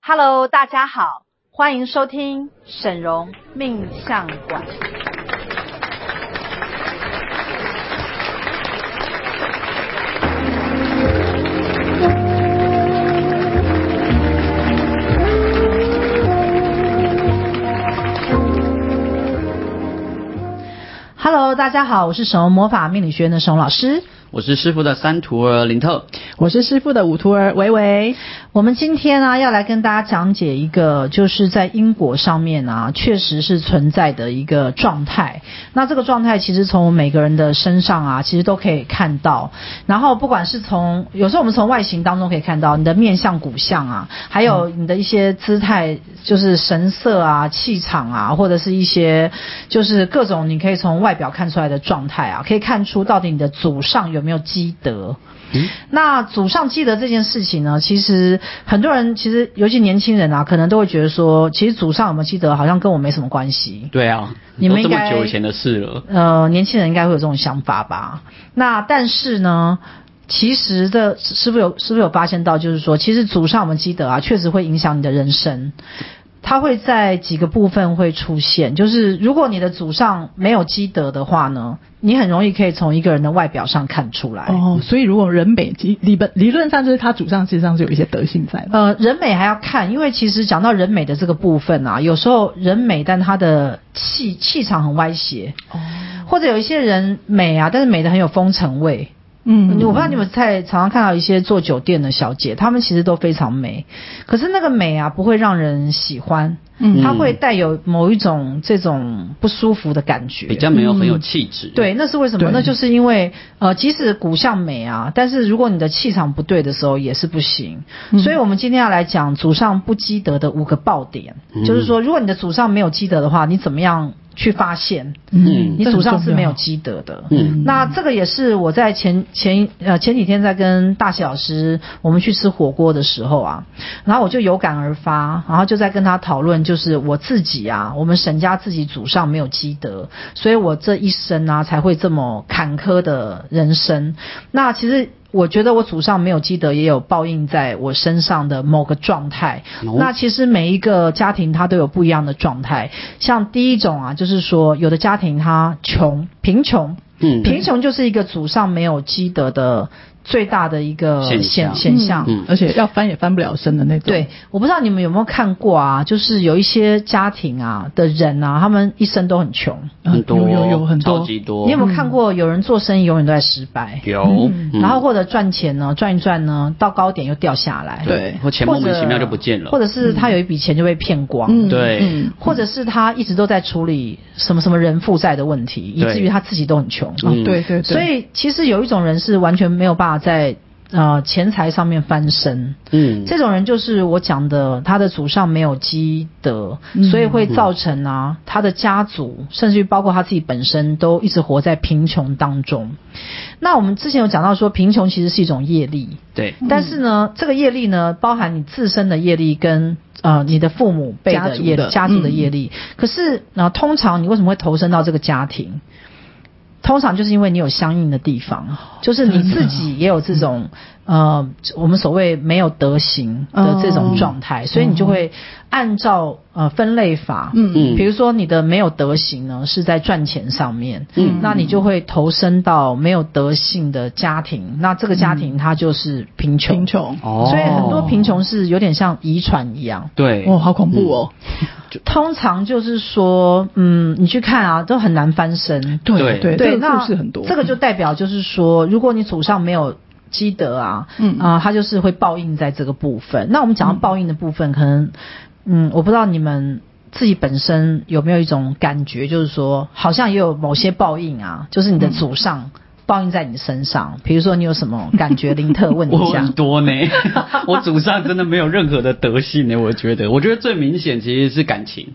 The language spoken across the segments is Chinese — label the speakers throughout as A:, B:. A: Hello，大家好，欢迎收听沈荣命相馆。Hello，大家好，我是沈荣魔法命理学院的沈荣老师。
B: 我是师傅的三徒儿林特，
C: 我是师傅的五徒儿维维。
A: 我们今天呢、要来跟大家讲解一个，就是在因果上面啊，确实是存在的一个状态。那这个状态其实从我们每个人的身上啊，其实都可以看到。然后不管是从，有时候我们从外形当中可以看到你的面相、骨相啊，还有你的一些姿态，就是神色啊、气场啊，或者是一些就是各种你可以从外表看出来的状态啊，可以看出到底你的祖上有没有积德。那祖上积德这件事情呢，其实很多人其实尤其年轻人啊，可能都会觉得说，其实祖上有没有积德好像跟我没什么关系。
B: 对啊，
A: 你们
B: 都这
A: 应该
B: 么久以前的事了，
A: 呃，年轻人应该会有这种想法吧？那但是呢，其实的师傅有师傅有发现到，就是说，其实祖上我们积德啊，确实会影响你的人生。它会在几个部分会出现，就是如果你的祖上没有积德的话呢，你很容易可以从一个人的外表上看出来。
C: 哦，所以如果人美，基理本理论上就是他祖上实际上是有一些德性在的。
A: 呃，人美还要看，因为其实讲到人美的这个部分啊，有时候人美，但她的气气场很歪斜，
C: 哦，
A: 或者有一些人美啊，但是美的很有风尘味。
C: 嗯
A: 我不知道你们在常常看到一些做酒店的小姐，她们其实都非常美，可是那个美啊，不会让人喜欢，
C: 嗯
A: 它会带有某一种这种不舒服的感觉，
B: 比较没有很有气质。
A: 嗯对，，那是为什么？
C: 对
A: 那就是因为呃，即使骨相美啊，但是如果你的气场不对的时候，也是不行。
C: 嗯
A: 所以我们今天要来讲祖上不积德的五个爆点，
B: 嗯
A: 就是说，如果你的祖上没有积德的话，你怎么样去发现？
B: 嗯
A: 你
C: 这很
A: 祖上
C: 重
A: 是没有
C: 要
A: 积德的。
B: 嗯
A: 那这个也是我在前前呃前几天在跟大喜老师我们去吃火锅的时候啊，然后我就有感而发，然后就在跟他讨论，就是我自己啊，我们沈家自己祖上没有积德，所以我这一生啊才会这么坎坷的人生。那其实。我觉得我祖上没有积德，也有报应在我身上的某个状态。
B: 哦
A: 那其实每一个家庭它都有不一样的状态。像第一种啊，就是说有的家庭它穷，贫穷，
B: 嗯
A: 贫穷就是一个祖上没有积德的最大的一个
B: 现
A: 现
B: 象
A: 现象。
B: 嗯
C: 而且要翻也翻不了身的那种。
A: 对，，我不知道你们有没有看过啊，就是有一些家庭啊的人啊，他们一生都很穷。
B: 很多
C: 有有有很多
B: 超级多，
A: 你有没有看过有人做生意永远都在失败，
B: 哦有，嗯
A: 然后或者赚钱呢赚一赚呢，到高点又掉下来，
B: 对，或钱莫
A: 或
B: 名
A: 者
B: 其妙就不见了，
A: 或者是他有一笔钱就被骗光，
C: 嗯
B: 对
C: 嗯
A: 或者是他一直都在处理什么什么人负债的问题，以
B: 对
A: 至于他自己都很穷。
C: 哦
B: 嗯
C: 对对对，
A: 所以其实有一种人是完全没有办法在呃钱财上面翻身，
B: 嗯，
A: 这种人就是我讲的，他的祖上没有积德，
C: 嗯
A: 所以会造成啊他的家族，甚至于包括他自己本身都一直活在贫穷当中。那我们之前有讲到说，贫穷其实是一种业力，
B: 对，
A: 但是
C: 嗯
A: 呢，这个业力呢，包含你自身的业力跟呃你的父母辈的业
C: 家族的嗯
A: 家族的业力。可是呃，通常你为什么会投身到这个家庭？通常就是因为你有相应的地
C: 哦
A: 方，就是你自己也有这种、呃，我们所谓没有德行的这
C: 哦
A: 种状态，所以你就会按照呃分类法，
C: 嗯
B: 嗯
A: 比如说你的没有德行呢是在赚钱上面，
B: 嗯
A: 那你就会投身到没有德性的家庭，那这个家庭它就是贫穷，
C: 嗯贫，穷
B: 哦
A: 所以很多贫穷是有点像遗传一样。
B: 对，
C: 哦，好恐怖哦。
B: 嗯
A: 通常就是说，嗯，你去看啊，都很难翻身。
B: 对
C: 对
A: 对，
C: 这个
A: 那
C: 故事很多。
A: 这个就代表就是说，如果你祖上没有积德啊，
C: 嗯
A: 啊、它就是会报应在这个部分。那我们讲到报应的部分，可能，嗯，我不知道你们自己本身有没有一种感觉，就是说，好像也有某些报应啊，就是
C: 嗯
A: 你的祖上。报应在你身上，比如说你有什么感觉？林特问
B: 我
A: 一下
B: 很。多呢， 我祖上真的没有任何的德性呢，我觉得，我觉得最明显其实是感情。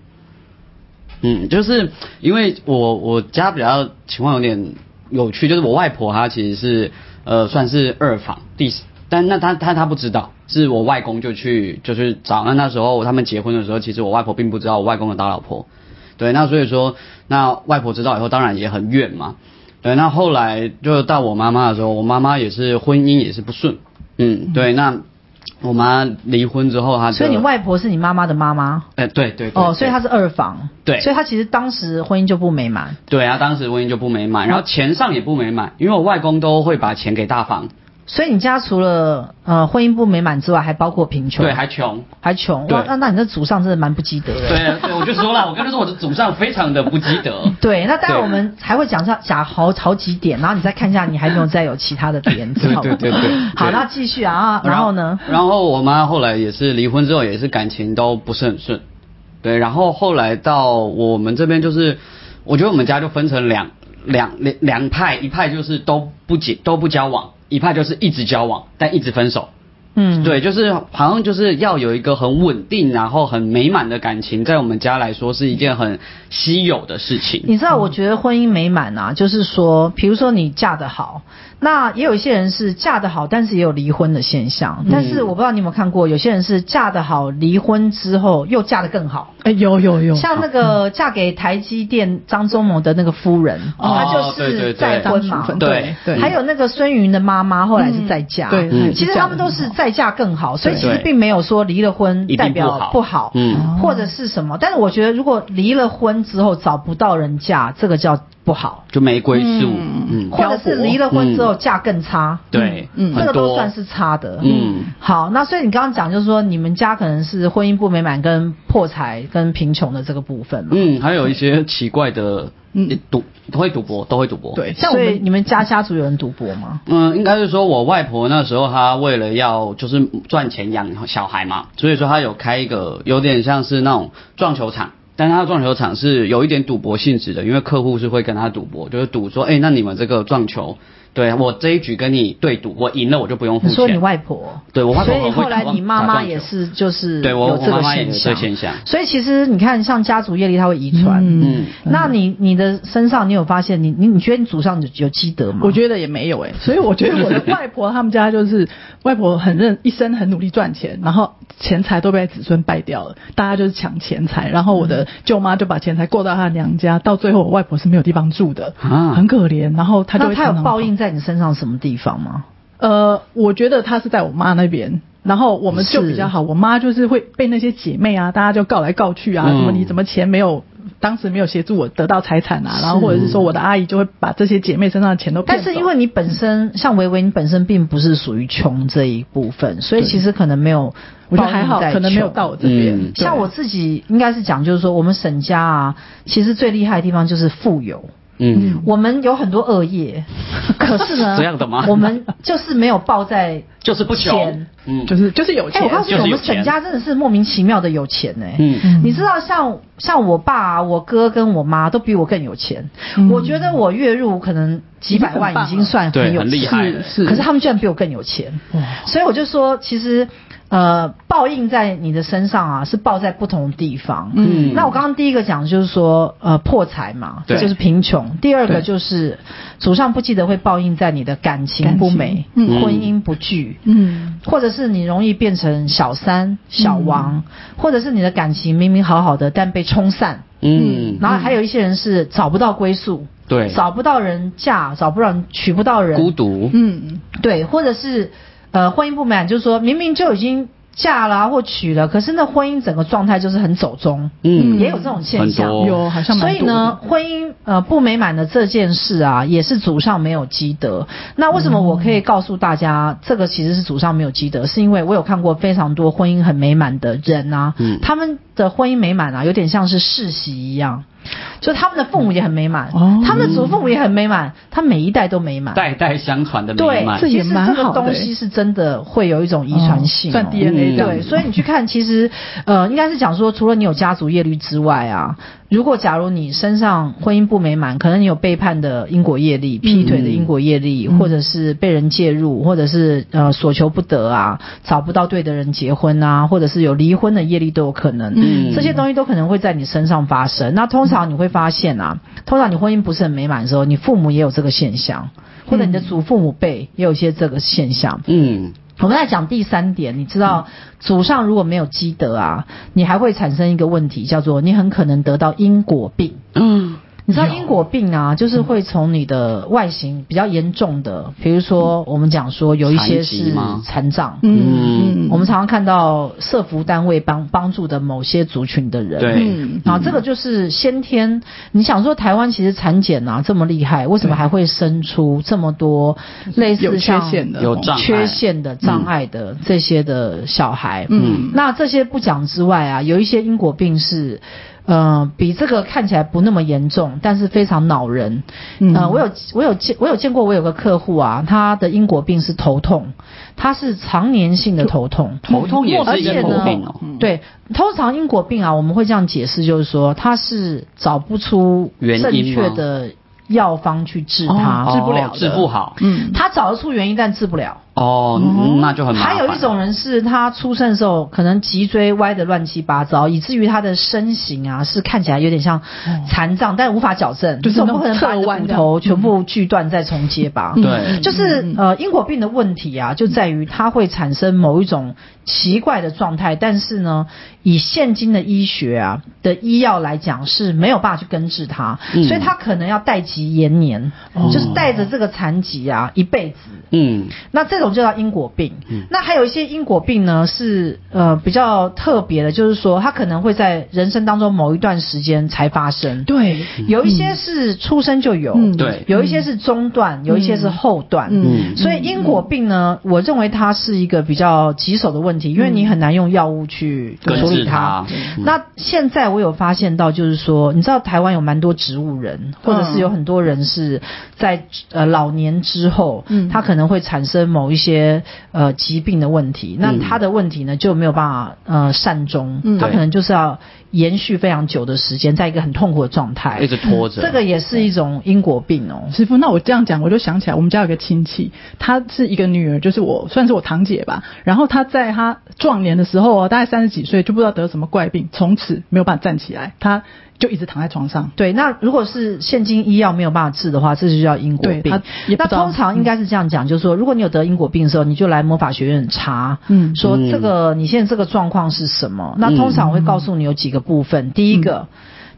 B: 嗯，就是因为我我家比较情况有点有趣，就是我外婆她其实是呃算是二房第四，但那她她她不知道，是我外公就去就去找，那那时候他们结婚的时候，其实我外婆并不知道我外公有当老婆，对，那所以说那外婆知道以后，当然也很怨嘛，对，那后来就到我妈妈的时候，我妈妈也是婚姻也是不顺，嗯，对，那我妈离婚之后，她就
A: 所以你外婆是你妈妈的妈妈。
B: 哎、对对对
A: 哦，所以
B: 对
A: 她是二房，
B: 对
A: 所以她其实当时婚姻就不美满，
B: 对啊，当时婚姻就不美满，然后钱上也不美满，因为我外公都会把钱给大房，
A: 所以你家除了呃婚姻不美满之外，还包括贫穷，
B: 对，还穷。
A: 还穷，
B: 对
A: 哇，那那你的祖上真的蛮不积德的。。
B: 对对，我就说了，我刚才说我的祖上非常的不积德
A: 对，那当然
B: 对
A: 我们还会讲下讲好好几点，然后你再看一下你还没有再有其他的点，知道吗？
B: 对对对对
A: 好，
B: 对
A: 那继续啊，然后呢？
B: 然后我妈后来也是离婚之后，也是感情都不是很顺。对，然后后来到我们这边就是，我觉得我们家就分成两两两两派，一派就是都不结都不交往，一派就是一直交往但一直分手。
A: 嗯，
B: 对，就是好像就是要有一个很稳定，然后很美满的感情，在我们家来说是一件很稀有的事情。
A: 你知道，我觉得婚姻美满啊，就是说，比如说你嫁得好，那也有一些人是嫁得好，但是也有离婚的现
B: 嗯
A: 象。但是我不知道你有没有看过，有些人是嫁得好，离婚之后又嫁得更好。
C: 哎，有有有，
A: 像那个
B: 嗯
A: 嫁给台积电张忠谋的那个夫人，
B: 哦
A: 她就是再婚嘛，
B: 对对
C: 对
A: 还有那个孙云的妈妈后来是再嫁，
C: 嗯对
B: 嗯
A: 其实他们都是再嫁更好，所以
C: 对
A: 其实并没有说离了婚
B: 一定
A: 代表
B: 不好
A: 不好，
B: 嗯
A: 或者是什么。但是我觉得如果离了婚之后找不到人嫁，这个叫不好，
B: 就玫瑰树，
C: 嗯
B: 嗯，
A: 或者是离了婚之后嫁更差，
B: 对，
C: 嗯
A: 这
B: 很
A: 个都
B: 多
A: 算是差的，
B: 嗯。
A: 好，那所以你刚刚讲就是说，你们家可能是婚姻不美满、跟破财、跟贫穷的这个部分嘛。
B: 嗯，还有一些奇怪的，
C: 嗯
B: 嗯，赌都会赌博，都会赌博。，
C: 对，像我
A: 所以
C: 们
A: 你们家家族有人赌博吗？
B: 嗯，应该是说我外婆那时候她为了要就是赚钱养小孩嘛，所以说她有开一个有点像是那种撞球场。但是她的撞球场是有一点赌博性质的，因为客户是会跟她赌博，就是赌说，哎、那你们这个撞球，对我这一局跟你对赌，我赢了我就不用付
A: 你
B: 钱。
A: 说你外婆，
B: 对我外婆
A: 所以
B: 很会
A: 后来你妈妈也是，就是
B: 对我
A: 有这
B: 我妈
A: 个
B: 妈也
A: 现象。
B: 有这现象。
A: 所以其实你看，像家族业力，它会遗传。
B: 嗯，
A: 那你你的身上，你有发现你你你觉得你祖上有有积德
B: 嗯
A: 吗？
C: 我觉得也没有哎、所以我觉得我的外婆他们家就是 外婆很认一生很努力赚钱，然后钱财都被子孙败掉了，大家就是抢钱财，然后我的舅妈就把钱财过到她娘家，到最后我外婆是没有地方住的，
B: 啊
C: 很可怜。然后她就
A: 那
C: 会
A: 它有
C: 常常
A: 报应在你身上什么地方吗？
C: 呃，我觉得她是在我妈那边。然后我们就是比较好，我妈就是会被那些姐妹啊，大家就告来告去啊，
B: 嗯
C: 什么你怎么钱没有，当时没有协助我得到财产啊，然后或者是说我的阿姨就会把这些姐妹身上的钱都骗
A: 但
C: 走。啊
A: 是因为你本身像维维，你本身并不是属于穷这一部分，所以其实可能没有，
C: 我觉得还好，可能没有到我这边。
B: 嗯
C: 对
A: 像我自己应该是讲，就是说我们沈家啊，其实最厉害的地方就是富有。
B: 嗯，
A: 我们有很多恶 业，可是呢，
B: 这样的吗
A: 我们就是没有报在。
B: 就是不穷
A: 钱，
B: 嗯，
C: 就是就是有
A: 哎、
C: 钱，
A: 我告诉你，
B: 就是
A: 我
B: 有
A: 们沈家真的是莫名其妙的有钱呢、
B: 嗯
A: 你知道像像我爸、啊、我哥跟我妈都比我更有钱，
C: 嗯
A: 我觉得我月入可能几百万已经算很
B: 对，
A: 有
B: 很
A: 钱，
B: 厉害，
C: 是
A: 可是他们居然比我更有钱
C: 哇，
A: 所以我就说，其实呃，报应在你的身上啊，是报在不同的地方。
B: 嗯
A: 那我刚刚第一个讲就是说，呃，破财嘛，
B: 对
A: 就是贫穷；第二个
C: 对
A: 就是祖上不记得会报应在你的感情
C: 感情
A: 不美、
C: 嗯
A: 婚姻不聚。
C: 嗯，
A: 或者是你容易变成小三、小王，或者是你的感情明明好好的，但被冲散，
B: 嗯，
A: 然后还有一些人是找不到归宿，
B: 对，
A: 找不到人嫁，找不到人娶不到人，
B: 孤独，
C: 嗯
A: 对，或者是呃婚姻不满，就是说明明就已经嫁了啊、或娶了，可是那婚姻整个状态就是很走中，
B: 嗯
A: 也有这种现象
B: 很。多
C: 有好像
A: 所
C: 蛮
A: 以
C: 多的
A: 呢，，婚姻呃不美满的这件事啊，也是祖上没有积德。那为什么我可以告诉大家，这个其实是祖上没有积德？是因为我有看过非常多婚姻很美满的人啊，
B: 嗯
A: 他们的婚姻美满啊，有点像是世袭一样，就他们的父母也很美满，
C: 哦
A: 他们的祖父母也很美满，他每一代都美满。
B: 代代相传的
A: 对
B: 美，满
C: 这，
A: 其
C: 也
A: 实
C: 蛮
A: 这个
C: 好的
A: 东
C: 欸
A: 西是真的会有一种遗传性、哦
C: 算
B: 嗯
C: DNA 的，
A: 对，所以你去看，其实呃，应该是讲说，除了你有家族业力之外啊，如果假如你身上婚姻不美满，可能你有背叛的因果业力、劈腿的因果业力，
C: 嗯
A: 或者是被人介入，或者是呃所求不得啊，找不到对的人结婚啊，或者是有离婚的业力都有可能。
B: 嗯
A: 这些东西都可能会在你身上发生。那通常你会发现啊，通常你婚姻不是很美满的时候，你父母也有这个现象，或者你的祖父母辈也有一些这个现象。
B: 嗯，
A: 我们来讲第三点，你知道祖上如果没有积德啊，你还会产生一个问题，叫做你很可能得到因果病。
B: 嗯，
A: 你知道因果病啊，就是会从你的外形比较严重的，比如说我们讲说有一些
B: 嗯残疾
A: 是
B: 吗
A: 残障，
B: 嗯
C: 嗯，
A: 我们常常看到社服单位帮帮助的某些族群的人，
B: 对
C: 嗯
A: 然后啊这个就是先天。你想说台湾其实产检啊这么厉害，为什么还会生出这么多类似
C: 嗯有缺
A: 像
C: 陷的，哦
B: 有障碍嗯
A: 缺陷的、障碍的这些的小孩？
C: 嗯
A: 那这些不讲之外啊，有一些因果病是。呃，比这个看起来不那么严重，但是非常恼人。
C: 嗯
A: 呃，我有我有见我有见过，我有个客户啊，他的因果病是头痛，他是常年性的头痛，
B: 头痛也
A: 而
B: 是
A: 且
B: 因果
A: 呢，
B: 病哦，
C: 嗯
A: 对，通常因果病啊，我们会这样解释，就是说它是找不出
B: 原因吗
A: 正确的药方去治它，
C: 哦治不了
B: 哦
C: 的
B: 治不好
C: 嗯，
A: 他找得出原因，但治不了。
B: 哦，嗯那就很麻
A: 还
B: 烦。
A: 有一种人是他出生的时候可能脊椎歪的乱七八糟，以至于他的身形啊是看起来有点像残障，但无法矫正。
C: 哦就是
A: 这
C: 那
A: 种
C: 种
A: 不可能把你
C: 侧
A: 的
C: 弯嗯
A: 骨
C: 这样
A: 头全部锯断再重接吧？
C: 嗯
B: 对
A: 就是呃，因果病的问题啊，就在于它会产生某一种奇怪的状态，但是呢，以现今的医学啊的医药来讲是没有办法去根治它，
B: 嗯
A: 所以它可能要待及延年，
C: 哦
A: 就是带着这个残疾啊一辈子。
B: 嗯，
A: 那这种就叫因果病。
C: 嗯
A: 那还有一些因果病呢，是呃比较特别的，就是说它可能会在人生当中某一段时间才发生。
C: 对，
A: 有一些是出生就有，
C: 嗯
B: 对
A: 有一些是中段，有一些是后段，
C: 嗯
A: 所以因果病呢，我认为它是一个比较棘手的问题，因为你很难用药物去
B: 根
A: 处
B: 治
A: 理它。
B: 嗯
A: 那现在我有发现到，就是说，你知道台湾有蛮多植物人，或者是有很多人是在呃老年之后，
C: 嗯
A: 他可能会产生某一些呃疾病的问题，
B: 嗯
A: 那他的问题呢就没有办法呃善终，
C: 嗯
A: 他
B: 对
A: 可能就是要延续非常久的时间，在一个很痛苦的状态，
B: 一直拖着
A: 哎这个也是一种因果病哦。
B: 嗯
C: 师傅，那我这样讲，我就想起来，我们家有个亲戚，她是一个女儿，就是我算是我堂姐吧。然后她在她壮年的时候啊，大概三十几岁，就不知道得什么怪病，从此没有办法站起来，她就一直躺在床上。
A: 对，那如果是现今医药没有办法治的话，这就叫因果
C: 对
A: 病
C: 他也。不
A: 那
C: 知道
A: 通常应该是这样讲，就是说，如果你有得因果病的时候，你就来魔法学院查，
C: 嗯
A: 说这个你现在这个状况是什么？那通常我会
C: 嗯
A: 告诉你有几个部分，第一个。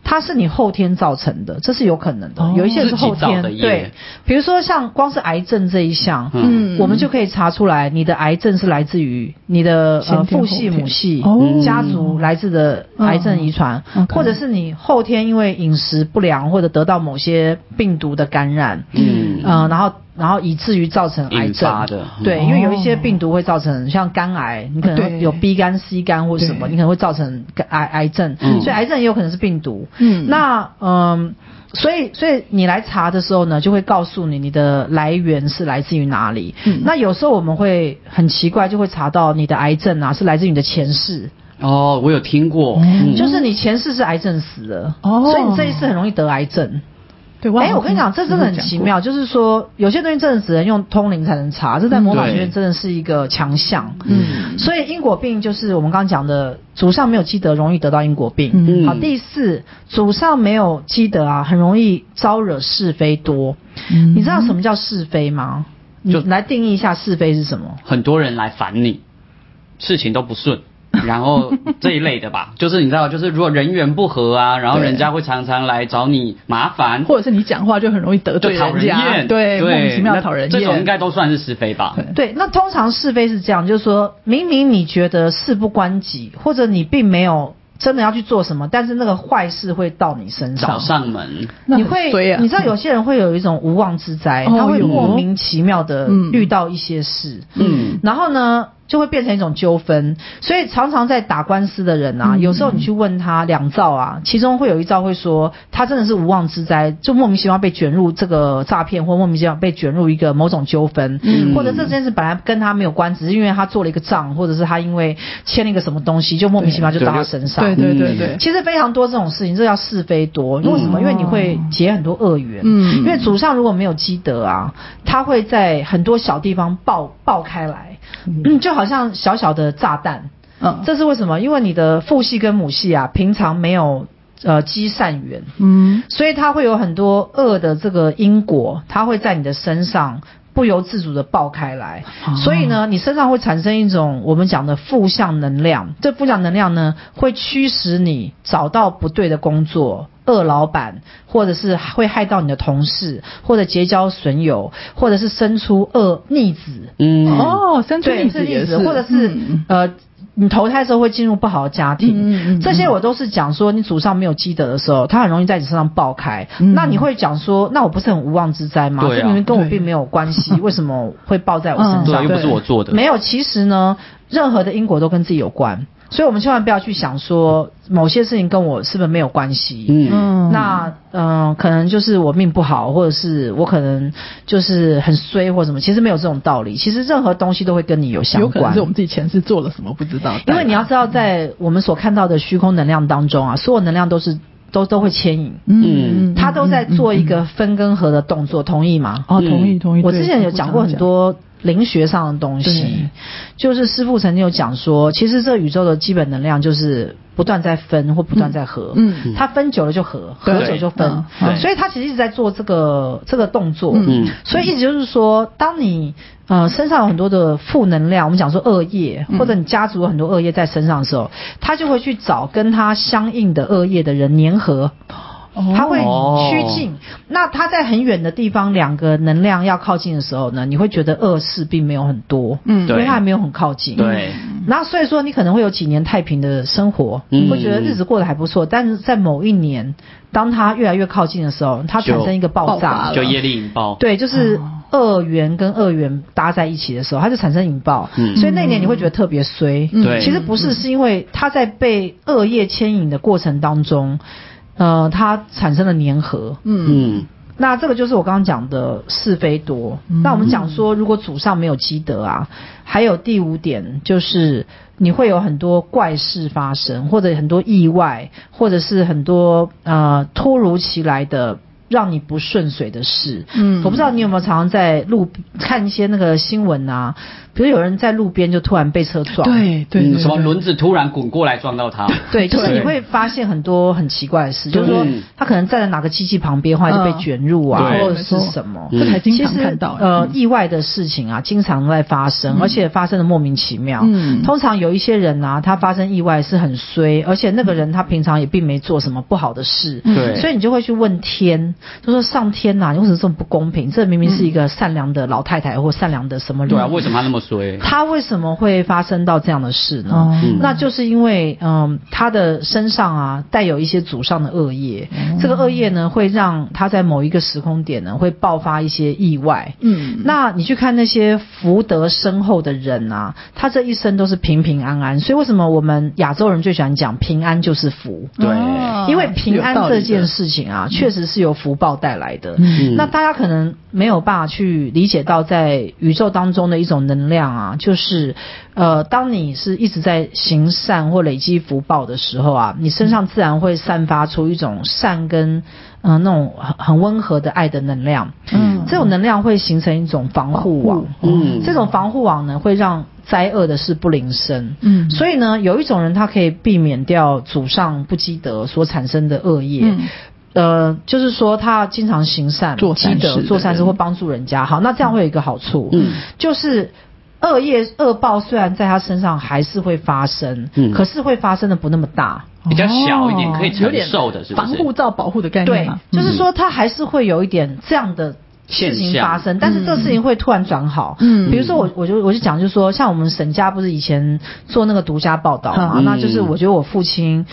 A: 它是你后天造成的，这是有可能的。
C: 哦
A: 有一些是后
B: 自己
A: 天
B: 造的业
A: 对，比如说像光是癌症这一项，
B: 嗯
A: 我们就可以查出来你的癌症是来自于你的呃
C: 先天
A: 父
C: 后
A: 系、
C: 天
A: 母系、
C: 哦
A: 家族来自的癌症遗传，
C: 嗯，OK
A: 或者是你后天因为饮食不良或者得到某些病毒的感染，
B: 嗯
A: 呃，然后然后以至于造成癌
B: 引
A: 症
B: 发的嗯
A: 对，
C: 哦
A: 因为有一些病毒会造成像肝癌，你可能会
C: 对
A: 有 B 肝、C 肝或什么，
C: 对
A: 你可能会造成肝癌癌症，
B: 嗯
A: 所以癌症也有可能是病毒。
C: 嗯
A: 那嗯。所以，所以你来查的时候呢，就会告诉你你的来源是来自于哪里。
C: 嗯
A: 那有时候我们会很奇怪，就会查到你的癌症啊是来自于你的前世，
B: 哦，我有听过，嗯
A: 就是你前世是癌症死的，
C: 哦
A: 所以你这一世很容易得癌症。
C: 对，
A: 哎、我跟你讲，这真的很奇妙，就是说有些东西真的只能用通灵才能查，这在魔法学院
B: 对
A: 真的是一个强项。
C: 嗯
A: 所以因果病就是我们刚刚讲的，祖上没有积德，容易得到因果病。
C: 嗯
A: 好，第四，祖上没有积德啊，很容易招惹是非多。
C: 嗯
A: 你知道什么叫是非吗？你
B: 就
A: 来定义一下是非是什么？
B: 很多人来烦你，事情都不顺，然后这一类的吧，就是你知道，就是如果人缘不和啊，然后
C: 对
B: 人家会常常来找你麻烦，
C: 或者是你讲话就很容易得
B: 就
C: 罪
B: 讨
C: 人
B: 人
C: 家，
B: 厌，
C: 对，莫名其妙
B: 那
C: 讨人厌，
B: 这种应该都算是是非吧？
A: 对，那通常是非是这样，就是说明明你觉得事不关己，或者你并没有真的要去做什么，但是那个坏事会到你身
B: 找
A: 上。
B: 上门，
C: 那
A: 你
C: 很衰
A: 会，
C: 啊
A: 你知道有些人会有一种无妄之灾，
C: 哦
A: 他会
C: 有
A: 莫名其妙的
C: 嗯
A: 遇到一些事，
B: 嗯
A: 然后呢就会变成一种纠纷，所以常常在打官司的人
C: 嗯
A: 啊，有时候你去问他两造啊，其中会有一造会说他真的是无妄之灾，就莫名其妙被卷入这个诈骗，或莫名其妙被卷入一个某种纠纷，
C: 嗯
A: 或者这件事本来跟他没有关，只是因为他做了一个账，或者是他因为欠了一个什么东西，就莫名其妙就到他身上，
C: 对对对对，
A: 嗯其实非常多这种事情，这叫是非多。因为什么？因为你会结很多恶缘。
C: 嗯
A: 因为祖上如果没有积德啊，他会在很多小地方爆爆开来，嗯，就好像小小的炸弹。
C: 嗯
A: 这是为什么？因为你的父系跟母系啊，平常没有呃积善缘，
C: 嗯
A: 所以它会有很多恶的这个因果，它会在你的身上不由自主的爆开来。所以呢，你身上会产生一种我们讲的负向能量，这负向能量呢，会驱使你找到不对的工作。恶老板，或者是会害到你的同事，或者结交损友，或者是生出恶逆子，
B: 嗯，
C: 哦，生出
A: 对，
C: 例
A: 是
C: 子
A: 逆
C: 也
A: 子，
C: 是，
A: 或者是、
C: 嗯
A: 呃，你投胎的时候会进入不好的家庭，
C: 嗯嗯嗯
A: 这些我都是讲说，你祖上没有积德的时候，它很容易在你身上爆开。
C: 嗯
A: 那你会讲说，那我不是很无妄之灾吗？
B: 对啊
A: 这明明跟我
C: 对
A: 并没有关 系，为什么会爆在我身上？
C: 嗯
B: 对，又不
C: 对
B: 是我做的，
A: 没有，其实呢，任何的因果都跟自己有关，所以我们千万不要去想说某些事情跟我是不是没有关系。
B: 嗯，
C: 嗯
A: 那嗯、呃可能就是我命不好，或者是我可能就是很衰或什么，其实没有这种道理。其实任何东西都会跟你有相
C: 有可能
A: 关
C: 是我。们自己前世做了什么不知道，
A: 因为你要知道，在我们所看到的虚空能量当中啊，所有能量都是都都会牵引，
B: 嗯
A: 它都在做一
C: 嗯
A: 个分跟合的动作，同意吗？
C: 哦，同意同意。
A: 我
C: 对
A: 之前有讲过很，多灵学上的东西
C: 对，
A: 就是师傅曾经有讲说，其实这宇宙的基本能量就是不断在分或不断在合，
C: 嗯嗯
A: 它分久了就合，
C: 对
A: 合久就分
C: 嗯，对
A: 所以它其实一直在做这个这个动作，
B: 嗯
A: 所以意思就是说，当你呃身上有很多的负能量，我们讲说恶业，
C: 嗯
A: 或者你家族有很多恶业在身上的时候，他就会去找跟他相应的恶业的人粘合。
C: 哦
A: 他会趋近。那他在很远的地方，两个能量要靠近的时候呢，你会觉得恶事并没有很多，
C: 嗯
A: 因为
B: 对
A: 它还没有很靠近。
B: 对。
A: 那所以说，你可能会有几年太平的生活，
B: 嗯
A: 你会觉得日子过得还不错。但是在某一年，当它越来越靠近的时候，它产生一个爆
C: 就爆发
A: 炸
C: 了，
B: 就业力引爆，
A: 对，就是二元跟二元搭在一起的时候，它就产生引爆。
B: 嗯
A: 所以那一年你会觉得特别衰。
C: 嗯
B: 对
A: 其实不是，是因为它在被恶业牵引的过程当中，呃，它产生了粘合。
C: 嗯
B: 嗯，
A: 那这个就是我刚刚讲的是非多。
C: 嗯
A: 那我们讲说，如果祖上没有积德啊，还有第五点就是你会有很多怪事发生，或者很多意外，或者是很多呃突如其来的让你不顺水的事。
C: 嗯
A: 我不知道你有没有常常在路看一些那个新闻啊，比如有人在路边就突然被车撞，
C: 对对
B: 嗯
C: 对，
B: 什么
C: 对
B: 轮子突然滚过来撞到他，
A: 对，就是
B: 对
A: 你会发现很多很奇怪的事，就是说
B: 嗯
A: 他可能站在哪个机器旁边，后来就被卷入啊，
B: 嗯对
A: 或者是
C: 没错
A: 什么。
C: 这还经
A: 其
C: 常
A: 实
C: 看到嗯
A: 呃，意外的事情啊，经常在发生，而且发生的莫名其妙。
C: 嗯
A: 通常有一些人啊，他发生意外是很衰，而且那个人他平常也并没做什么不好的事，
C: 嗯
B: 对
A: 所以你就会去问天，就说上天啊呐、你为什么这么不公平？这明明是一
C: 嗯
A: 个善良的老太太或善良的什么人，
B: 对啊，为什么他那么衰？
A: 他为什么会发生到这样的事呢？
C: 哦
B: 嗯
A: 那就是因为，嗯，他的身上啊带有一些祖上的恶业，这个恶业呢会让他在某一个时空点呢会爆发一些意外。
C: 嗯
A: 那你去看那些福德深厚的人啊，他这一生都是平平安安。所以为什么我们亚洲人最喜欢讲平安就是福？
B: 对
C: 哦
A: 因为平安这件
C: 是
A: 事情啊，确实是由福报带来的。
B: 嗯
A: 那大家可能没有办法去理解到，在宇宙当中的一种能量啊，就是呃，当你是一直在行善或累积福报的时候啊，你身上自然会散发出一种善跟嗯、呃那种很很温和的爱的能量。
C: 有道理的嗯
A: 这种能量会形成一种防护网，哦
C: 防护
B: 嗯
A: 这种防护网呢，会让灾厄的事不临身。
C: 嗯
A: 所以呢，有一种人他可以避免掉祖上不积德所产生的恶业。
C: 嗯
A: 呃，就是说他经常行善、
C: 做
A: 积
C: 善事
A: 德、
C: 的
A: 做善事
C: 人
A: 或帮助人家，好，那这样会有一个好处，
B: 嗯，
A: 就是恶业恶报虽然在他身上还是会发生，
B: 嗯
A: 可是会发生的不那么大，
B: 比较小一点
C: 哦
B: 可以承
C: 有点
B: 受的是不是
C: 防护罩保护的概念
A: 对
C: 嘛，，嗯
A: 就是说他还是会有一点这样的。
B: 现
A: 事情
B: 象
A: 发生，但是这个事情会突然转好。
C: 嗯
A: 比如说我，我就我就讲，就是说，像我们沈家不是以前做那个独家报道嘛，
B: 嗯
A: 那就是我觉得我父亲。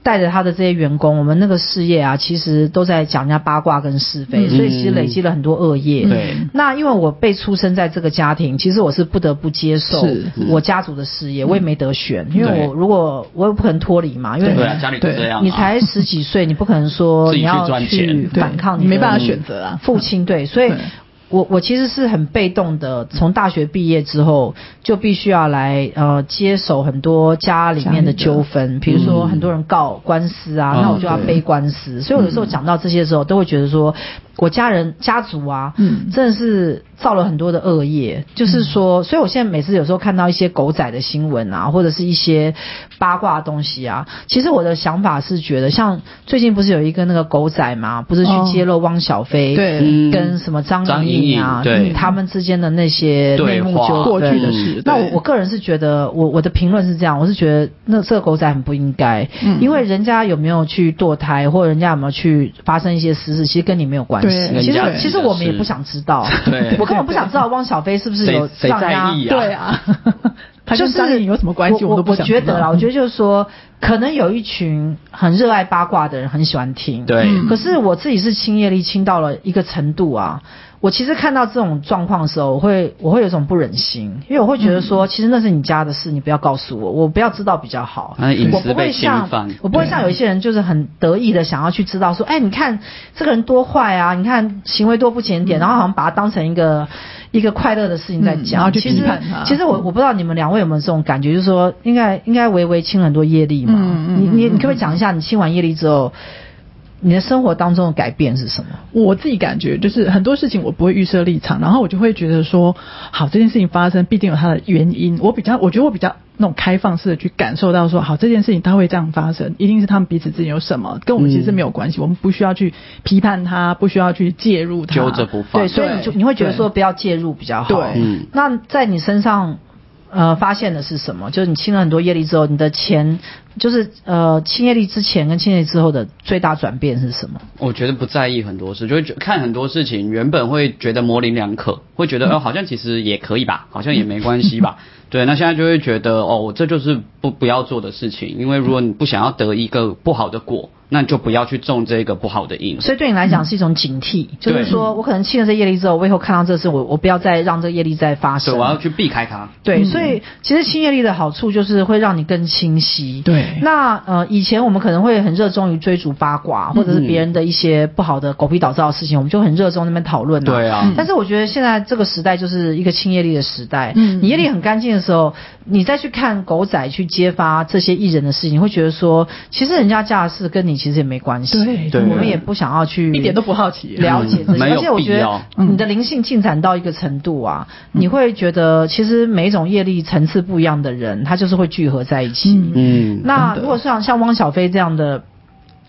A: 带着他的这些员工，我们那个事业啊，其实都在讲人家八卦跟是非，
B: 嗯
A: 所以其实累积了很多恶业。
B: 对
C: 嗯
A: 那因为我被出生在这个家庭，其实我是不得不接受
C: 是
A: 我家族的事业，我也没得选，因为
B: 对
A: 我如果我也不可能脱离嘛，因为
B: 对啊，家里就
C: 对
B: 这样啊，
A: 你才十几岁，你不可能说
B: 自己
A: 你
B: 去
A: 要
B: 赚
A: 去
B: 钱
C: 对
A: 反抗你的
C: 没办法选择啊。
A: 父亲对，所以
C: 对
A: 我我其实是很被动的，从大学毕业之后就必须要来呃接手很多家里面的嗯纠纷，比如说很多人告官司啊，
B: 嗯
A: 那我就要
C: 对
A: 背官司，所以我有时候讲到这些的时候，都会觉得说我家人家族啊，
C: 嗯
A: 真的是造了很多的嗯恶业，就是说，所以我现在每次有时候看到一些狗仔的新闻啊，或者是一些八卦的东西啊。其实我的想法是觉得，像最近不是有一个那个狗仔嘛，不是去揭露汪小菲、
C: 对
B: 嗯
A: 跟什么张
B: 张
A: 颖
B: 颖
A: 啊
B: 颖对
A: 嗯他们之间的那些内
B: 对
A: 幕
B: 话嗯
A: 纠纷
C: 过去的事。
A: 那我
C: 对
A: 我个人是觉得，我我的评论是这样，我是觉得那这个狗仔很不应该，
C: 嗯
A: 因为人家有没有去堕胎，或者人家有没有去发生一些私事，其实跟你没有关系。
C: 对
A: 其实
C: 人家
A: 其实我们也不想知道，
B: 对
A: 我根本不想知道汪小菲是不是有
B: 谁谁
A: 让人
B: 在
A: 家
B: 意啊
C: 对啊， 他
A: 就
C: 跟张
A: 是
C: 颖有什么关系？
A: 我
C: 都不想
A: 我觉
C: 知道嗯
A: 得啦，我觉得就是说，可能有一群很热爱八卦的人很喜欢听，
B: 对
C: 嗯
A: 可是我自己是清业力清到了一个程度啊，我其实看到这种状况的时候，我会我会有一种不忍心，因为我会觉得说，
C: 嗯
A: 其实那是你家的事，你不要告诉我，我不要知道比较好。
C: 啊
B: 那隐私
A: 我不会
B: 被侵
A: 像
B: 犯
A: 我不会像有一些人就是很得意的想要去知道说，哎，你看这个人多坏啊，你看行为多不检点，然后好像把它当成一个一个快乐的事情在
C: 嗯
A: 讲，
C: 然后去
A: 其实
C: 批判他
A: 其实我我不知道你们两位有没有这种感觉，就是说应该应该微微清了很多业力嘛。
C: 嗯嗯
A: 你
C: 嗯
A: 你你
C: 嗯
A: 可不可以讲一下，你清完业力之后，你的生活当中的改变是什么？
C: 我自己感觉就是很多事情我不会预设立场，然后我就会觉得说，好，这件事情发生必定有它的原因。我比较，我觉得我比较那种开放式的去感受到说，好，这件事情它会这样发生，一定是他们彼此之间有什么，跟我们其实没有
A: 嗯
C: 关系，我们不需要去批判它，不需要去介入它，
B: 揪着不放
A: 对，所以你就你会觉得说不要介入比较好。
C: 对
B: 嗯
A: 那在你身上。呃，发现的是什么？就是你清了很多业力之后，你的钱就是呃，清业力之前跟清业力之后的最大转变是什么？
B: 我觉得不在意很多事，就会觉看很多事情，原本会觉得模棱两可，会觉得哦，好像其实也可以吧，好像也没关系吧。对，那现在就会觉得哦，我这就是不不要做的事情，因为如果你不想要得一个不好的果，那你就不要去种这个不好的因。
A: 所以对你来讲是一种警惕，就
B: 对
A: 是说我可能清了这业力之后，我以后看到这事，我我不要再让这业力再发
B: 所
A: 生。
B: 以我要啊去避开它。
A: 对，所以其实清业力的好处就是会让你更清晰。
C: 对
A: 那呃，以前我们可能会很热衷于追逐八卦，或者是别人的一些不好的狗屁倒灶的事情，我们就很热衷那边讨论、啊。
B: 对啊嗯
A: 但是我觉得现在这个时代就是一个清业力的时代。
C: 嗯
A: 你业力很干净的时候，你再去看狗仔去揭发这些艺人的事情，你会觉得说，其实人家家的事跟你其实也没关系。
C: 对
B: 对
A: 我们也不想要去，
C: 一点都不好奇
A: 了解这
B: 嗯
A: 些，
B: 没有
A: 而且我觉
B: 必
A: 得
B: 要
A: 你的灵性进展到一个程度啊，你会觉得其实每一种业力层次不一样的人，他就是会聚合在一起。
C: 嗯
B: 嗯，
A: 那
C: 真的
A: 如果像像汪小菲这样的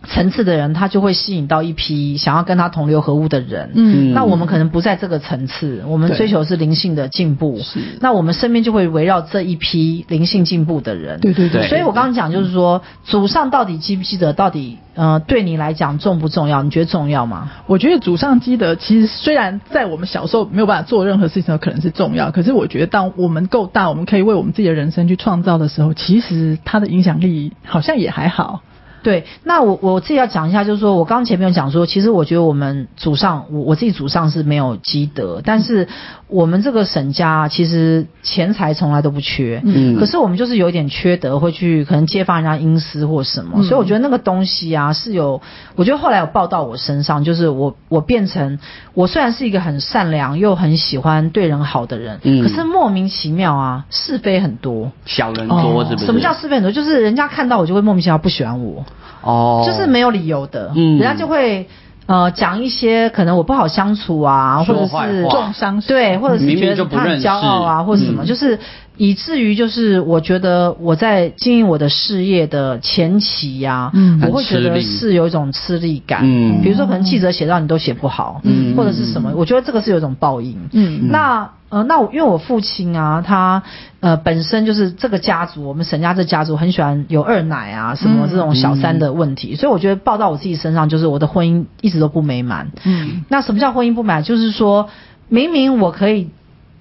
A: 层次的人，他就会吸引到一批想要跟他同流合污的人。
C: 嗯
A: 那我们可能不在这个层次，我们
C: 对
A: 追求是灵性的进步
C: 嗯是。
A: 那我们身边就会围绕这一批灵性进步的人。
C: 对对对
A: 所以我刚刚讲就是说，祖上到底记不记得？到底呃，对你来讲重不重要？你觉得重要吗？
C: 我觉得祖上积德其实虽然在我们小时候没有办法做任何事情的时候可能是重要，可是我觉得当我们够大，我们可以为我们自己的人生去创造的时候，其实它的影响力好像也还好。
A: 对，那我我自己要讲一下，就是说我刚前面有讲说，其实我觉得我们祖上，我我自己祖上是没有积德，但是我们这个沈家其实钱财从来都不缺，
B: 嗯
A: 可是我们就是有一点缺德，会去可能揭发人家阴私或什
B: 嗯
A: 么，所以我觉得那个东西啊是有，我觉得后来有报到我身上，就是我我变成我虽然是一个很善良又很喜欢对人好的人，
B: 嗯
A: 可是莫名其妙啊是非很多。
B: 小人多嗯是不是？
A: 什么叫是非很多？就是人家看到我就会莫名其妙不喜欢我。
B: 哦？
A: 就是没有理由的，
B: 嗯
A: 人家就会呃讲一些可能我不好相处啊，或
B: 说
A: 者
B: 坏
A: 是
B: 话
C: 重伤
A: 对，或者是
B: 明明
A: 觉得
B: 就不
A: 他很
B: 认
A: 骄傲啊，
B: 识
A: 或者什么，
B: 嗯
A: 就是以至于就是我觉得我在经营我的事业的前期呀、
C: 嗯
A: 我会觉
B: 很吃
A: 得
B: 力
A: 是有一种吃力感，
B: 嗯
A: 比如说可能记者写到你都写不好，
B: 嗯
A: 或者是什么，我觉得这个是有一种报应，
C: 嗯
A: 那呃，那我因为我父亲啊，他呃本身就是这个家族，我们沈家这家族很喜欢有二奶啊什么这种小三的问题，所以我觉得报到我自己身上，就是我的婚姻一直都不美满。
C: 嗯
A: 那什么叫婚姻不满？就是说明明我可以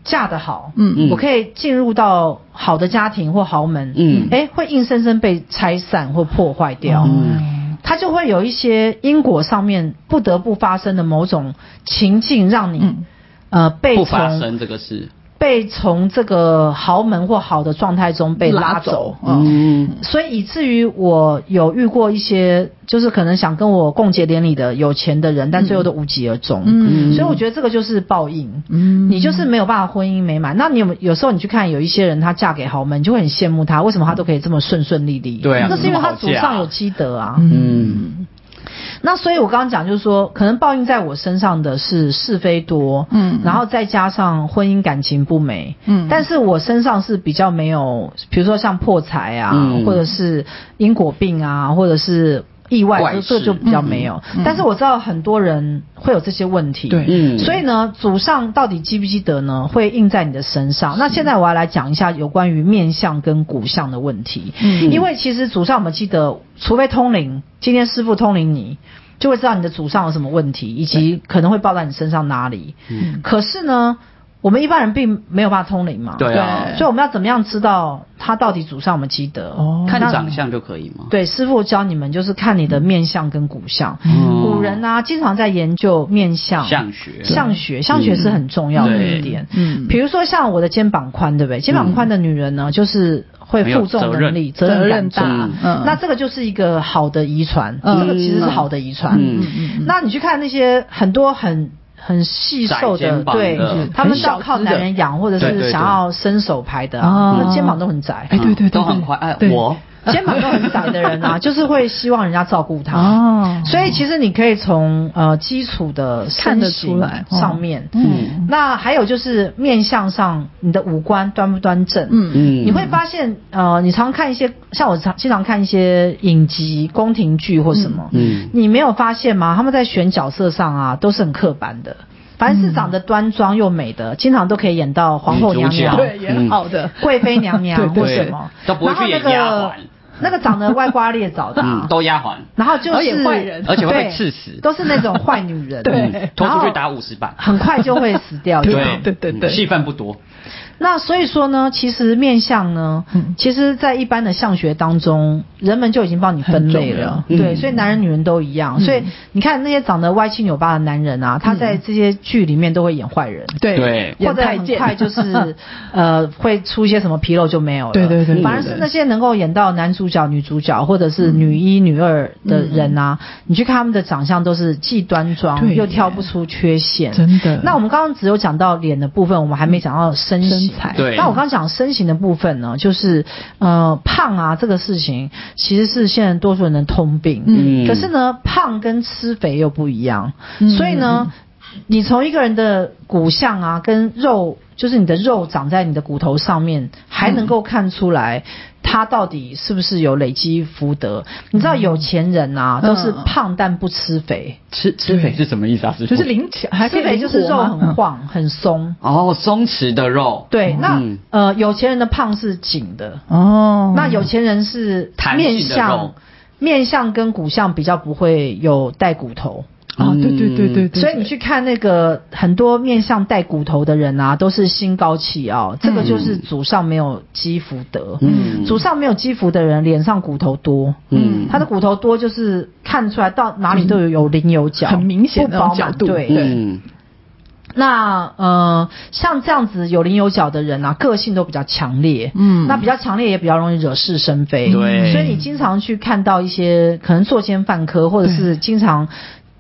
A: 嫁得好，
C: 嗯
B: 嗯
A: 我可以进入到好的家庭或豪门，
B: 嗯
A: 哎，会硬生生被拆散或破坏掉。
B: 嗯
A: 它就会有一些因果上面不得不发生的某种情境，让你、
C: 嗯
A: 呃被
B: 不发
A: 从
B: 生这个事。
A: 被从这个豪门或好的状态中被拉
C: 拉走
A: 嗯
B: 嗯，
A: 所以以至于我有遇过一些，就是可能想跟我共结连理的有钱的人，但最后都无疾而终。
C: 嗯
A: 所以我觉得这个就是报应。
C: 嗯
A: 你就是没有办法婚姻美满。那你有没有有时候你去看有一些人，她嫁给豪门，你就会很羡慕她，为什么她都可以这么顺顺利利？
B: 对啊
A: 那是因为她
B: 怎
A: 祖
B: 么好嫁啊
A: 上有积德啊。
C: 嗯
B: 嗯，
A: 那所以，我刚刚讲就是说，可能报应在我身上的是是非多，
C: 嗯
A: 然后再加上婚姻感情不美，
C: 嗯
A: 但是我身上是比较没有，比如说像破财啊，
B: 嗯
A: 或者是因果病啊，或者是意外，
B: 怪
A: 这这
B: 事
A: 就比较没有。
C: 嗯嗯
A: 但是我知道很多人会有这些问题，
C: 对
B: 嗯
A: 所以呢，祖上到底积不积德呢，会印在你的身上。那现在我要来讲一下有关于面相跟骨相的问题，
C: 嗯
A: 因为其实祖上我们记得，除非通灵，今天师傅通灵你，就会知道你的祖上有什么问题，以及可能会报在你身上哪里。
B: 嗯
A: 可是呢，我们一般人并没有办法通灵嘛，
B: 对啊，
A: 所以我们要怎么样知道他到底祖上有没有积德？
C: 哦
B: 看
A: 那
B: 长相就可以吗？
A: 对，师傅教你们就是看你的面相跟骨相。
B: 嗯
A: 古人啊，经常在研究面相、
B: 相学
A: 相学、相学是很重要的一点。
C: 嗯对嗯
A: 比如说像我的肩膀宽，对不对？肩膀宽的女人呢，就是会负重能力、
C: 责
A: 责
C: 任
A: 任感
C: 责任
A: 大
C: 大。嗯
A: 那这个就是一个好的遗传，
C: 嗯
A: 这个其实是好的遗传。
B: 嗯
C: 嗯
A: 那你去看那些很多很。很细瘦
B: 窄肩
A: 的，
B: 膀
A: 对
B: 的，
A: 他们是要
C: 很小
A: 靠
C: 只的
A: 男人养，或者
B: 对对
A: 是
B: 对
A: 想要伸手牌的啊，
C: 哦
A: 那肩膀都很窄。
C: 哎对对对对
B: 都很快哎
C: 对
B: 我
A: 肩膀都很窄的人 啊，就是会希望人家照顾他。
C: 哦
A: 所以其实你可以从呃基础的
C: 看
A: 身
C: 得
A: 形
C: 出来哦
A: 上面，
C: 嗯
A: 那还有就是面相上，你的五官端不端正，
C: 嗯
B: 嗯
A: 你会发现呃，你常看一些像我常经常看一些影集、宫廷剧或什么，
B: 嗯
A: 你没有发现吗？他们在选角色上啊，都是很刻板的。凡是长得端庄又美的，经常都可以演到皇后
B: 女
A: 娘
B: 主角
A: 娘，啊
C: 对，也
B: 嗯
C: 好 的，
A: 贵妃娘娘
C: 对
A: 或
C: 对
A: 什么，
B: 对都不会去演
A: 然
B: 丫
A: 后
B: 鬟
A: 那个那个长得歪瓜裂枣的啊
B: 嗯，，都丫鬟，
A: 然后就
C: 而
A: 是
C: 且坏人
B: 而且会被
A: 对
B: 刺死
A: 都是那种坏女人，
C: 对
B: 嗯拖出去打
A: 五，
B: 五十板，
A: 很快就会死掉。这样
B: 对
C: 对对
B: 嗯
C: 对
B: 戏份不多，
A: 那所以说呢，其实面相呢
C: 嗯，
A: 其实，在一般的相学当中，人们就已经帮你分类了，
B: 很重要
A: 对，
B: 嗯
A: 所以男人女人都一样。所以你看那些长得歪七扭八的男人啊，他
B: 嗯
A: 在这些剧里面都会演坏人，
C: 对
B: 对
A: 或
C: 演
A: 者
C: 太
A: 很
C: 监
A: 快就是呃会出一些什么纰漏就没有了。
C: 对对对对
A: 反而是那些能够演到男主角、女主角或者是女
C: 嗯
A: 一、女二的人啊，你去看他们的长相都是既端庄
C: 对
A: 又挑不出缺陷。
C: 真的
A: 那我们刚刚只有讲到脸的部分，我们还没讲到身形
C: 身材
B: 对
A: 那我刚刚讲身形的部分呢，就是呃胖啊这个事情，其实是现在多数人的通病。
B: 嗯
A: 可是呢，胖跟吃肥又不一样，
C: 嗯
A: 所以呢，你从一个人的骨相啊，跟肉，就是你的肉长在你的骨头上面，还能够看出来
C: 嗯
A: 他到底是不是有累积福德。你知道有钱人啊，
C: 嗯
A: 都是胖但不吃肥，
B: 吃吃肥是什么意思啊？师傅
C: 嗯就是灵巧，还可
A: 吃
C: 以
A: 肥就是
C: 灵啊嗯
A: 肉
C: 活吗
A: 很晃、很松。
B: 哦，松弛的肉，
A: 对，那、
B: 嗯
A: 呃，有钱人的胖是紧的，
C: 嗯哦，
A: 那有钱人是
B: 弹性的
A: 面相
B: 肉。
A: 面相跟骨相比较不会有带骨头，
C: 啊，对对对对对，
A: 所以你去看那个很多面相带骨头的人啊，都是心高气傲，
C: 嗯
A: 这个就是祖上没有积福德。
B: 嗯
A: 祖上没有积福的人，脸上骨头多，
B: 嗯
A: 他的骨头多就是看出来到哪里都有有棱有角，
C: 嗯很明显
A: 不
C: 那种
A: 饱满
C: 角度
A: 对，
B: 嗯
A: 那呃，像这样子有棱有角的人啊，个性都比较强烈，
C: 嗯
A: 那比较强烈也比较容易惹是生非，
B: 对
A: 所以你经常去看到一些可能作奸犯科，或者是经常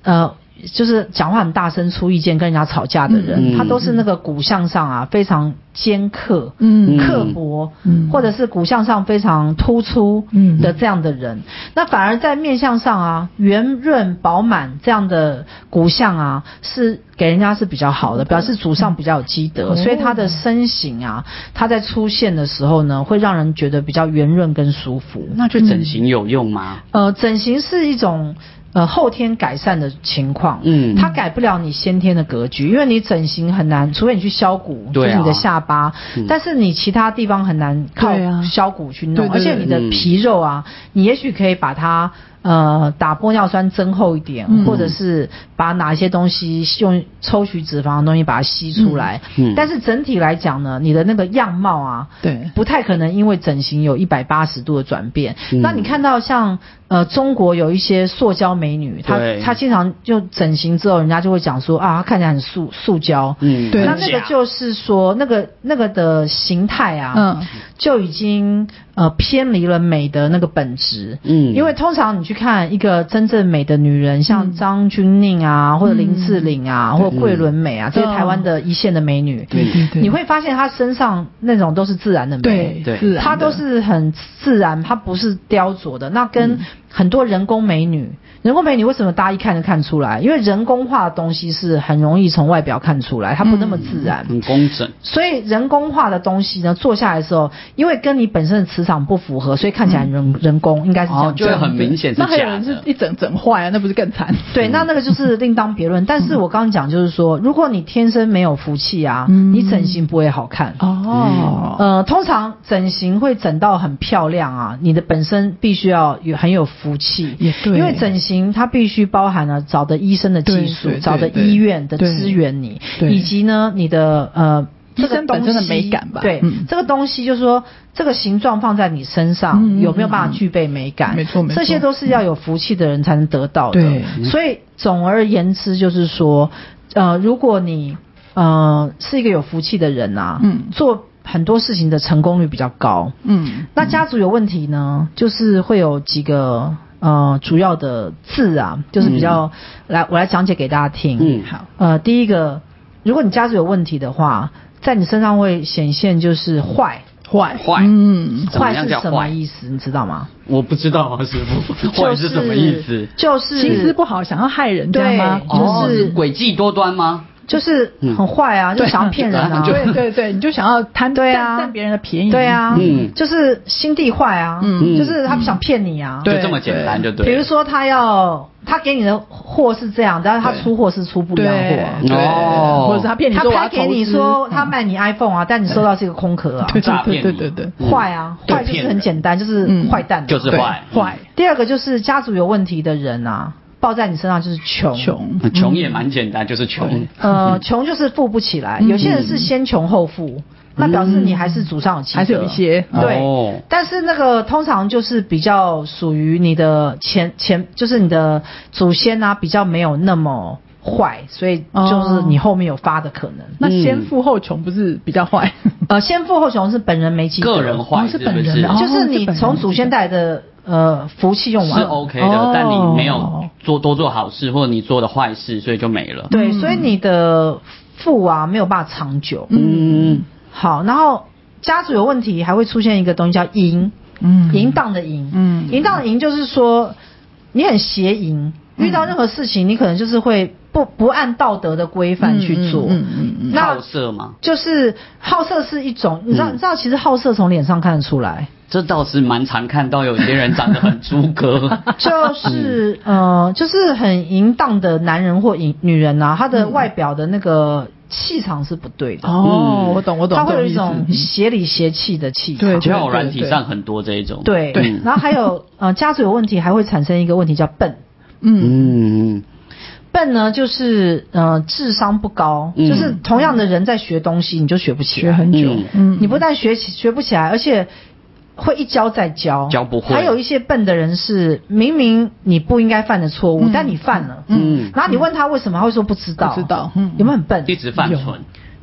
A: 呃。就是讲话很大声、出意见、跟人家吵架的人，
B: 嗯
A: 他都是那个骨相上啊非常尖刻、
C: 嗯
A: 刻薄，
C: 嗯
A: 或者是骨相上非常突出
C: 嗯
A: 的这样的人。那反而在面相上啊，圆润饱满这样的骨相啊，是给人家是比较好的，表示祖上比较有积德，
C: 哦
A: 所以他的身形啊，他在出现的时候呢，会让人觉得比较圆润跟舒服。
B: 那去整
C: 嗯
B: 形有用吗？
A: 呃，整形是一种呃后天改善的情况，
B: 嗯
A: 它改不了你先天的格局，因为你整形很难，除非你去削骨，
B: 对
A: 就
B: 啊
A: 是你的下巴，
B: 嗯
A: 但是你其他地方很难靠
C: 对啊
A: 削骨去弄，
C: 对对
A: 而且
C: 对
A: 你的
B: 嗯
A: 皮肉啊，你也许可以把它。呃，打玻尿酸增厚一点，
C: 嗯
A: 或者是把哪一些东西用抽取脂肪的东西把它吸出来。
B: 嗯嗯
A: 但是整体来讲呢，你的那个样貌啊，
C: 对
A: 不太可能因为整形有一百八十度的转变。
B: 嗯
A: 那你看到像呃中国有一些塑胶美女，她
B: 对
A: 她经常就整形之后，人家就会讲说啊，她看起来很塑塑胶。
B: 嗯，
C: 对
A: 那
B: 很
A: 那
B: 假
A: 个就是说，那个那个的形态啊，
C: 嗯
A: 就已经呃偏离了美的那个本质。
B: 嗯
A: 因为通常你去看一个真正美的女人，像张钧甯啊，或者林志玲啊，或者桂纶镁啊，这些台湾的一线的美女，
B: 对
C: 对对，
A: 你会发现她身上那种都是自然的美。
C: 对
B: 对
C: 自然的
A: 它都是很自然，它不是雕琢的。那跟很多人工美女，人工美女为什么大家一看就看出来？因为人工化的东西是很容易从外表看出来，它不那么自然。
B: 很工整。
A: 所以人工化的东西呢，做下来的时候，因为跟你本身的磁场不符合，所以看起来人、人工应该是这
B: 哦
A: 样，
B: 就
A: 讲
B: 很明显是
C: 那还有
B: 假
C: 人是
B: 的。
C: 一整整坏啊，那不是更惨？
A: 对，那那个就是另当别论。但是我刚刚讲就是说，如果你天生没有福气啊，
C: 嗯
A: 你整形不会好看。
C: 哦，
A: 呃，通常整形会整到很漂亮啊，你的本身必须要有很有福气，
C: 也对
A: 因为整形它必须包含了找的医生的技术
C: 对对，
A: 找的
C: 对
A: 医院的
C: 对
A: 支援你，
C: 对
A: 以及呢你的呃。
C: 医
A: 这个
C: 生本
A: 东
C: 身的
A: 西
C: 美感吧
A: 对，
C: 嗯
A: 这个东西就是说，这个形状放在你身上、
C: 嗯嗯
A: 有没有办
C: 嗯
A: 法具备美感？
C: 没错没错
A: 这些都是要有福气的人才能得到的。
C: 对
A: 所以总而言之，就是说，呃，如果你呃是一个有福气的人啊，
C: 嗯
A: 做很多事情的成功率比较高。
C: 嗯，
A: 那家族有问题呢，就是会有几个呃主要的字啊，就是比较、来我来讲解给大家听。
B: 嗯
C: 好，
A: 呃，第一个，如果你家族有问题的话，在你身上会显现就是坏，
C: 坏
B: 坏
C: 嗯，
B: 怎么样
A: 是
B: 叫
A: 什么
B: 坏
A: 意思？你知道吗？
B: 我不知道啊，师傅，
A: 就
B: 坏是什么意思？
A: 就是
C: 心思不好，想要害人家吗？
A: 对
B: 哦
A: 就是
B: 诡计多端吗？
A: 就是很坏
B: 嗯
A: 啊，就想要骗人啊，
B: 就
C: 对对对，你就想要贪
A: 对啊
C: 占占别人的便宜，
A: 对啊，
B: 嗯
A: 就是心地坏啊，
C: 嗯
A: 就是他想骗你啊，
C: 对
B: 就这么简单就对了。
A: 比如说他要他给你的货是这样，但是他
C: 对
A: 出货是出不一
C: 对
A: 样的货。啊
C: 对，
B: 哦
C: 或者是他骗你
A: 他
C: 说我要
A: 拍给
C: 投资嗯
A: 你说他卖你 iPhone 啊，但你收到是一个空壳啊，
C: 对
B: 诈骗
C: 对
B: 你
C: 对对对，
B: 嗯
A: 坏啊，
B: 对
A: 坏就
B: 骗
A: 是
B: 人
A: 很简单，就是
C: 嗯
A: 坏蛋啊、
B: 就是
C: 对
B: 坏
C: 坏
A: 第二个就是家族有问题的人啊，报在你身上就是穷。
C: 穷，
B: 穷也蛮简单，就是穷。
C: 嗯
A: 呃，穷就是富不起来，有些人是先穷后富，那表示你还是祖上有积德，
C: 嗯还是有一些
A: 对。
B: 哦
A: 但是那个通常就是比较属于你的前前，就是你的祖先啊，比较没有那么坏，所以就是你后面有发的可能。
C: 那先富后穷不是比较坏？
A: 呃，先富后穷是本人没积德，
B: 个人坏
C: 哦是
B: 是不
C: 本人
B: 是？
C: 的哦
A: 就是
C: 是
A: 你
C: 本人
A: 从
C: 没积
A: 祖先
C: 德
A: 带来的呃福气用完
B: 是
A: 了
B: OK 的
C: 哦，
B: 但你没有做多做好事，或者你做的坏事，所以就没了。
A: 对，
C: 嗯
A: 所以你的富啊没有办法长久。
B: 嗯，
A: 好，然后家族有问题，还会出现一个东西叫淫，
C: 嗯
A: 淫荡的淫，
C: 嗯
A: 淫荡的淫就是说你很邪淫，
C: 嗯
A: 遇到任何事情你可能就是会不不按道德的规范去做，
C: 嗯嗯嗯嗯嗯
A: 那
B: 好色吗？
A: 就是好色是一种，你知道、
B: 嗯
A: 你知道其实好色从脸上看得出来，
B: 这倒是蛮常看到有些人长得很猪哥，
A: 就是
C: 嗯
A: 呃，就是很淫荡的男人或女女人啊，他的外表的那个气场是不对的，
C: 哦，我懂我懂，
A: 他会有一
C: 这
A: 种
C: 意思嗯
A: 邪里邪气的气场。
C: 对
B: 交友软体上很多这一种。
A: 对，
B: 嗯
A: 然后还有呃，家族有问题还会产生一个问题叫笨。
C: 嗯
B: 嗯，
A: 笨呢，就是呃智商不高，
B: 嗯
A: 就是同样的人在学东西，你就学不起来，
C: 学很久
B: 嗯，
C: 嗯，
A: 你不但学起学不起来，而且会一教再教，
B: 教不会
A: 还有一些笨的人是明明你不应该犯的错误，
C: 嗯
A: 但你犯了，
B: 嗯
A: 然后你问他为什么，他会说不知道，
C: 不知道嗯
A: 有没有很笨？
B: 一直犯蠢。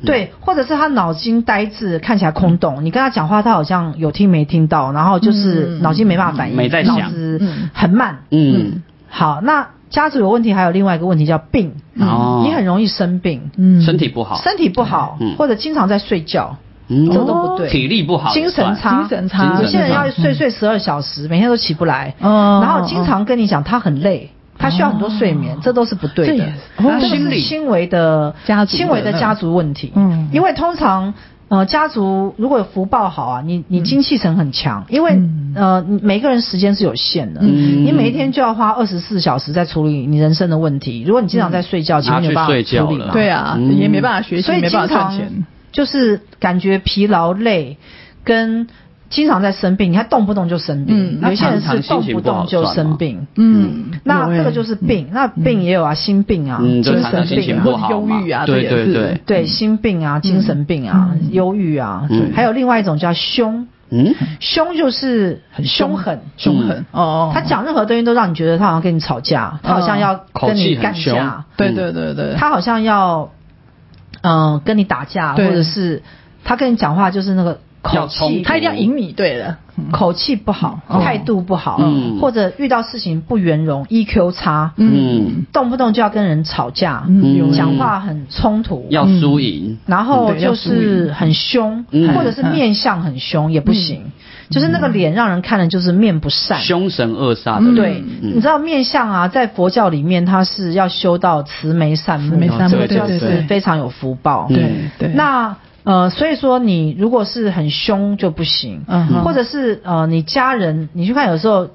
A: 对，或者是他脑筋呆滞，看起来空洞。
B: 嗯
A: 你跟他讲话，他好像有听没听到，然后就是
C: 嗯
A: 脑筋没办法反应，
B: 没在想
A: 脑子
C: 嗯
A: 很慢。
B: 嗯，
A: 好，那家族有问题，还有另外一个问题叫病，
B: 哦，
A: 你很容易生病，
C: 嗯
B: 身体不好，
A: 身体不好，
B: 嗯
A: 或者经常在睡觉，
B: 嗯
A: 这都不对
B: 体力不好也
A: 精
B: 算，
A: 神差，
C: 精神差
A: 有些人
B: 精神差
A: 要睡睡十二小时，每天都起不来，
C: 嗯
A: 然后经常跟你讲他很累。他需要很多睡眠，这都是不对
C: 哦这
A: 的
C: 也。
A: 这
C: 哦
A: 个
B: 心
A: 是
B: 理
A: 轻微的
C: 家族的
A: 轻微的家族问题。
C: 嗯
A: 因为通常呃家族如果有福报好啊，你你精气神很强，因为
C: 嗯
A: 呃你每个人时间是有限的，
B: 嗯
A: 你每一天就要花二十四小时在处理你人生的问题。如果你经常在睡觉，其实
B: 嗯拿
A: 没
B: 去
A: 有办法
B: 睡觉
A: 处理
B: 了
A: 嘛。
C: 对啊，
B: 嗯
C: 也没办法学习
A: 所，以
C: 没
A: 经
C: 办
A: 常
C: 法赚钱，
A: 就是感觉疲劳累，跟经常在生病，你看动不动就生病
C: 嗯，
A: 有些人是动不动就生病。
C: 嗯，有
A: 那
C: 欸
A: 这个就是病，那病也有啊，心病啊，
B: 嗯，就
A: 精
B: 常常
A: 神
B: 心情
A: 病
B: 不
A: 啊，
B: 好
C: 或者
B: 嘛
C: 忧郁啊
B: 对
C: 这也
B: 对
C: 是
B: 对，
A: 对，心病啊，精
C: 嗯
A: 神病啊，忧郁啊
B: 嗯，
A: 还有另外一种叫凶，
B: 嗯，
A: 凶就是很凶狠，嗯
C: 凶狠哦哦，
A: 他讲任何东西都让你觉得他好像跟你吵架，他好像要
B: 口
A: 跟你
B: 气很
A: 干
B: 凶
A: 架，
C: 对对对对，
A: 他好像要嗯、呃跟你打架，或
C: 对
A: 者是他跟你讲话就是那个
B: 要
A: 口
B: 冲
A: 气
B: 突，
C: 他一定要赢你，对的，嗯
A: 口气不好，
C: 哦
A: 态度不好，
B: 嗯
A: 或者遇到事情不圆融，EQ 差，
B: 嗯，
A: 动不动就要跟人吵架，
C: 嗯
B: 有
A: 讲话很冲突，嗯
B: 要输赢，
A: 然后
C: 对要
A: 就
C: 注意
A: 是很凶，
B: 嗯
A: 或者是面相很凶也不行。就是那个脸让人看了就是面不善。
B: 凶神恶煞的人，
A: 对，
B: 嗯
A: 你知道面相啊，在佛教里面，它是要修到慈眉善目，
C: 慈眉善
B: 目对
A: 就是
B: 对对
A: 非常有福报。
B: 嗯
C: 对对，
A: 那呃，所以说你如果是很凶就不行，
C: 嗯哼
A: 或者是呃，你家人，你去看有时候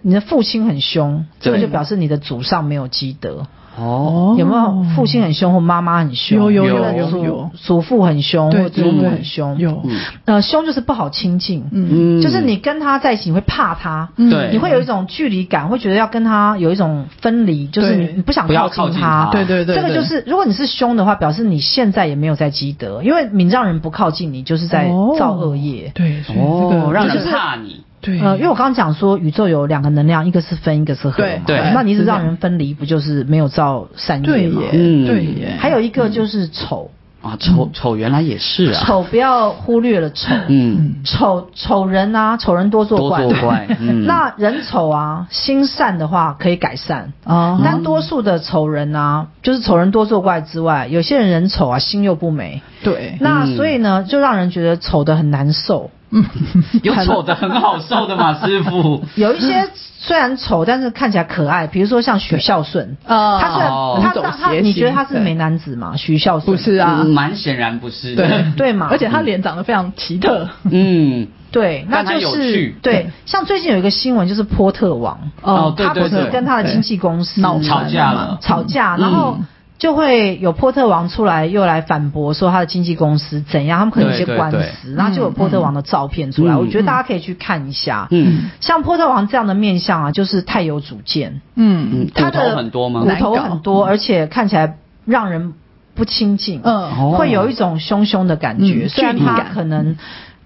A: 你的父亲很凶，这个
B: 对
A: 就表示你的祖上没有积德。
B: 哦，
A: 有没有父亲很凶或妈妈很凶？
C: 有有
B: 有
A: 或者
B: 有
A: 祖
C: 有
A: 祖父很凶
C: 对
A: 或
C: 对
A: 祖母
C: 对
A: 很凶。
C: 有
A: 呃，凶就是不好亲近，
C: 嗯
B: 嗯
A: 就是你跟他在一起你会怕他，
C: 嗯
B: 对
A: 你会有一种距离感，会觉得要跟他有一种分离，就是你
C: 对
A: 你不想
B: 不
A: 靠
B: 要靠
A: 近
B: 近
A: 他。
B: 他
C: 对对对，
A: 这个
C: 对
A: 就是，如果你是凶的话，表示你现在也没有在积德，因为你让人不靠近你，就是在
C: 哦
A: 造恶业。
C: 对，所以这
B: 哦
C: 个，
B: 让
C: 就
B: 人
C: 是
B: 怕你，
C: 对，
A: 呃，因为我刚刚讲说宇宙有两个能量，一个是分，一个是合
C: 对
A: 嘛。
B: 对
A: 那你一直
C: 是这样
A: 让人分离，不就是没有造善
C: 对
A: 业吗？
C: 耶，
B: 嗯
C: 对耶，
A: 还有一个就是丑，
B: 啊，丑丑原来也是啊，
A: 丑不要忽略了丑。
B: 嗯，
A: 丑丑人啊，丑人多作
B: 多
A: 怪。
B: 作 怪，嗯，
A: 那人丑啊，心善的话可以改善。
C: 哦
A: 但多数的丑人啊，就是丑人多作怪之外，有些人人丑啊，心又不美。
C: 对，
A: 那
B: 嗯
A: 所以呢，就让人觉得丑的很难受。
C: 嗯，
B: 有丑的很好受的嘛，师傅，
A: 有一些虽然丑，但是看起来可爱，比如说像许孝顺，
C: 啊
A: 他虽然
B: 哦
A: 他
C: 五种
A: 他他，
C: 邪
A: 你
C: 行
A: 觉得他是
C: 对
A: 美男子吗？许孝顺
C: 不是啊
B: 嗯，蛮显然不是，
C: 对
A: 对嘛
C: 而且他脸长得非常奇特，
B: 嗯，
A: 对，那
B: 但他
A: 就
B: 有
A: 是
B: 趣
A: 对。像最近有一个新闻，就是波特王，
B: 哦对
A: 他不
B: 对
A: 是
B: 对
A: 跟他的经纪公司
C: 闹翻
B: 吵架了
A: 吵架，
B: 嗯
A: 然后
B: 嗯
A: 就会有波特王出来又来反驳说他的经纪公司怎样，他们可能有一些
B: 对对
A: 官司，
B: 对
A: 然后就有波特王的照片出来，
B: 嗯
A: 我觉得大家可以去看一下。
B: 嗯
A: 像波特王这样的面相啊，就是太有主见，
C: 嗯
B: 嗯，
A: 他
B: 骨
A: 的
B: 头很多吗
A: 骨？
C: 难
A: 头
C: 搞
A: 很多，而且看起来让人不亲近。
C: 嗯，
B: 哦
A: 会有一种凶凶的感觉，
C: 嗯
A: 虽然
C: 距离
A: 他
C: 感嗯
A: 可能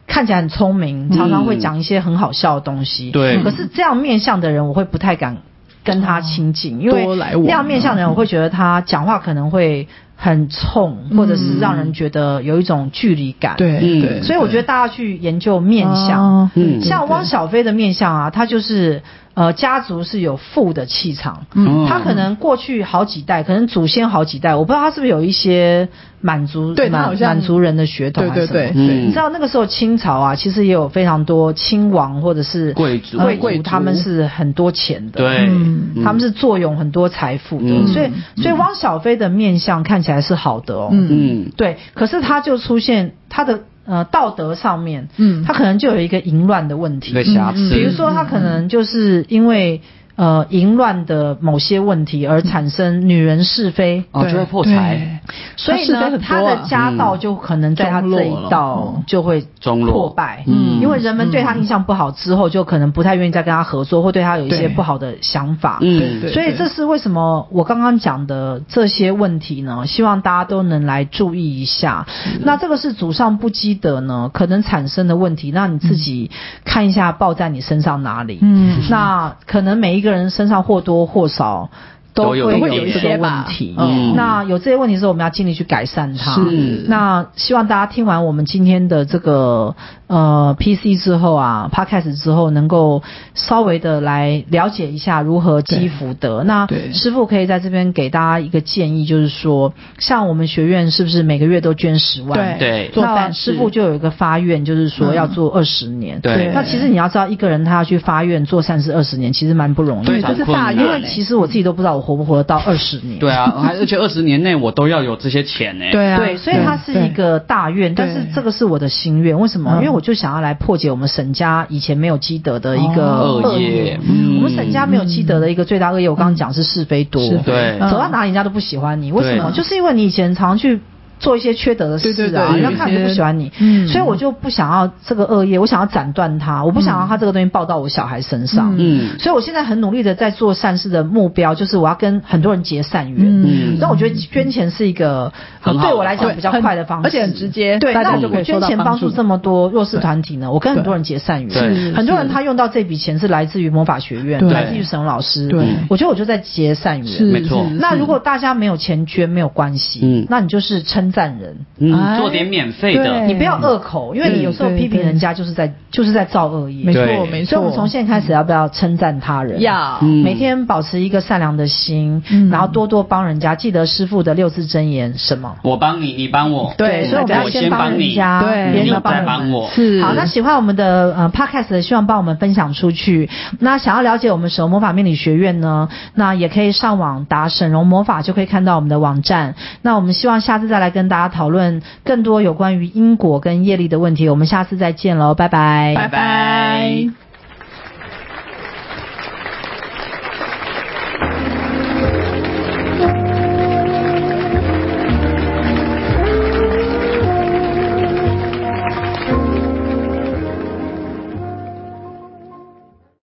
A: 看起来很聪明，常常会讲一些很好笑的东西，
B: 对
A: 可是这样面相的人，我会不太敢跟他亲近，因为
C: 多来往啊
A: 那样面相的人，我会觉得他讲话可能会很冲，
C: 嗯
A: 或者是让人觉得有一种距离感。，
C: 对
B: 嗯
C: 对，
A: 所以我觉得大家去研究面相。
C: 哦
B: 嗯
A: 像汪小菲的面相啊，他就是呃家族是有富的气场，
C: 嗯
A: 他可能过去好几代，可能祖先好几代，我不知道他是不是有一些满族
C: 对他好
A: 满
C: 像
A: 满族人的血统
C: 对
A: 还是
C: 对
A: 什么
C: 对
A: 你
B: 嗯，
C: 对
A: 知道那个时候清朝啊，其实也有非常多亲王或者是
B: 贵族
A: 贵
B: 贵
A: 族
B: 族
A: 他们是很多钱的，
B: 对
C: 嗯，
B: 嗯
A: 他们是坐拥很多财富的，
B: 嗯
A: 所以所以汪小菲的面相看起来是好的哦，
C: 嗯
B: 嗯，
A: 对，可是他就出现他的呃道德上面，
C: 嗯
A: 他可能就有一个淫乱的问题，
B: 一个瑕疵，
A: 比如说，他可能就是因为呃淫乱的某些问题而产生女人是非，
B: 哦
C: 对
B: 就会破财，
C: 对
A: 所以
C: 他是非
A: 呢
C: 很，多
A: 他
C: 啊
A: 的家道就可能在他这
C: 中落
A: 一
C: 了
A: 道
C: 嗯
A: 就会
B: 中落
A: 破败，
B: 嗯
A: 因为人们对他印象不好之后，就可能不太愿意再跟他合作，或对他有一些
C: 对
A: 不好的想法，
B: 嗯，
C: 对
A: 所以这是为什么我刚刚讲的这些问题呢？希望大家都能来注意一下。那这个是祖上不积德呢，可能产生的问题，那你自己看一下报在你身上哪里。
C: 嗯
A: 那可能每一个人身上或多或少都会
B: 都有一
A: 有
B: 点
A: 这个问题。
C: 嗯
A: 那有这些问题的时候，我们要尽力去改善它。
B: 是
A: 那希望大家听完我们今天的这个呃 PC 之后啊，Podcast 之后，能够稍微的来了解一下如何积福德。那
C: 对
A: 师傅可以在这边给大家一个建议，就是说，像我们学院是不是每个月都捐十万？
B: 对
C: 做
A: 那
C: 饭
A: 师傅就有一个发愿，就是说要做二十年。
B: 对
A: 那其实你要知道，一个人他要去发愿做善事二十年，其实蛮不容易
B: 非
C: 对，
A: 的。
C: 这
B: 常
C: 是
B: 困
C: 大
B: 难
C: 愿
A: 因
C: 欸，
A: 为其实我自己都不知道我活不活得到二十年。
B: 对啊，还而且二十年内我都要有这些钱呢，
C: 对啊，
A: 对，所以它是一个大愿，但
C: 对
A: 是这个是我的心愿。为什么？
C: 嗯
A: 因为我就想要来破解我们沈家以前没有积德的一个
C: 哦
B: 恶业嗯
A: 我们沈家没有积德的一个最大恶业，我刚刚讲是是非多，
C: 是非
B: 对
C: 嗯
A: 走到哪里人家都不喜欢你。为什么？
B: 对
A: 就是因为你以前常去。做一些缺德的事
C: 对对
A: 啊，
C: 对
A: 人家看了就不喜欢你，
C: 嗯
A: 所以我就不想要这个恶业，我想要斩断它，我不想要它这个东西报到我小孩身上，
B: 嗯
A: 所以我现在很努力的在做善事的目标，就是我要跟很多人结善缘，
C: 嗯
A: 那我觉得捐钱是一个呃
B: 很好
A: 对我来
B: 对
A: 讲比较快的方式，
C: 而且很直接
A: 对，
C: 大家
A: 那
C: 就可
A: 我
C: 以收
A: 捐
C: 到
A: 钱帮
C: 帮
A: 助
C: 助
A: 这么多弱势团体呢，我跟很多人结善缘，
B: 对
A: 很多人他用到这笔钱是来自于魔法学院，
C: 对
A: 来自于沈老师，嗯
C: 对
A: 我觉得我就在结善
C: 是
A: 缘。嗯
B: 没错
C: 是
A: 那
C: 是
A: 如果大家没有钱捐没有关系，
B: 嗯
A: 那你就是称称赞人，啊
B: 嗯，
C: 哎
B: 做点免费的
C: 对，嗯
A: 你不要恶口，因为你有时候批评人家就是在就是在造恶
C: 没
A: 业。
C: 错
B: 对
C: 没
A: 所以，我
C: 错，
A: 们从现在开始要不要称赞他人？
C: 要
B: 嗯
A: 每天保持一个善良的心，
C: 嗯
A: 然后多多帮人家。记得师傅的六字真言什么？
B: 我帮你，你帮我，
C: 对
A: 所以我们要
B: 我
A: 先帮
B: 帮
A: 人
B: 你，嗯
A: 家，
C: 对
A: 别人
B: 你
A: 要
B: 再
A: 人
B: 帮我，
C: 是
A: 好，那喜欢我们的呃 podcast 的，希望帮我们分享出去。那想要了解我们神魔法命理学院呢，那也可以上网打沈荣魔法，就可以看到我们的网站。那我们希望下次再来跟大家讨论更多有关于因果跟业力的问题。我们下次再见喽，拜拜，
B: 拜拜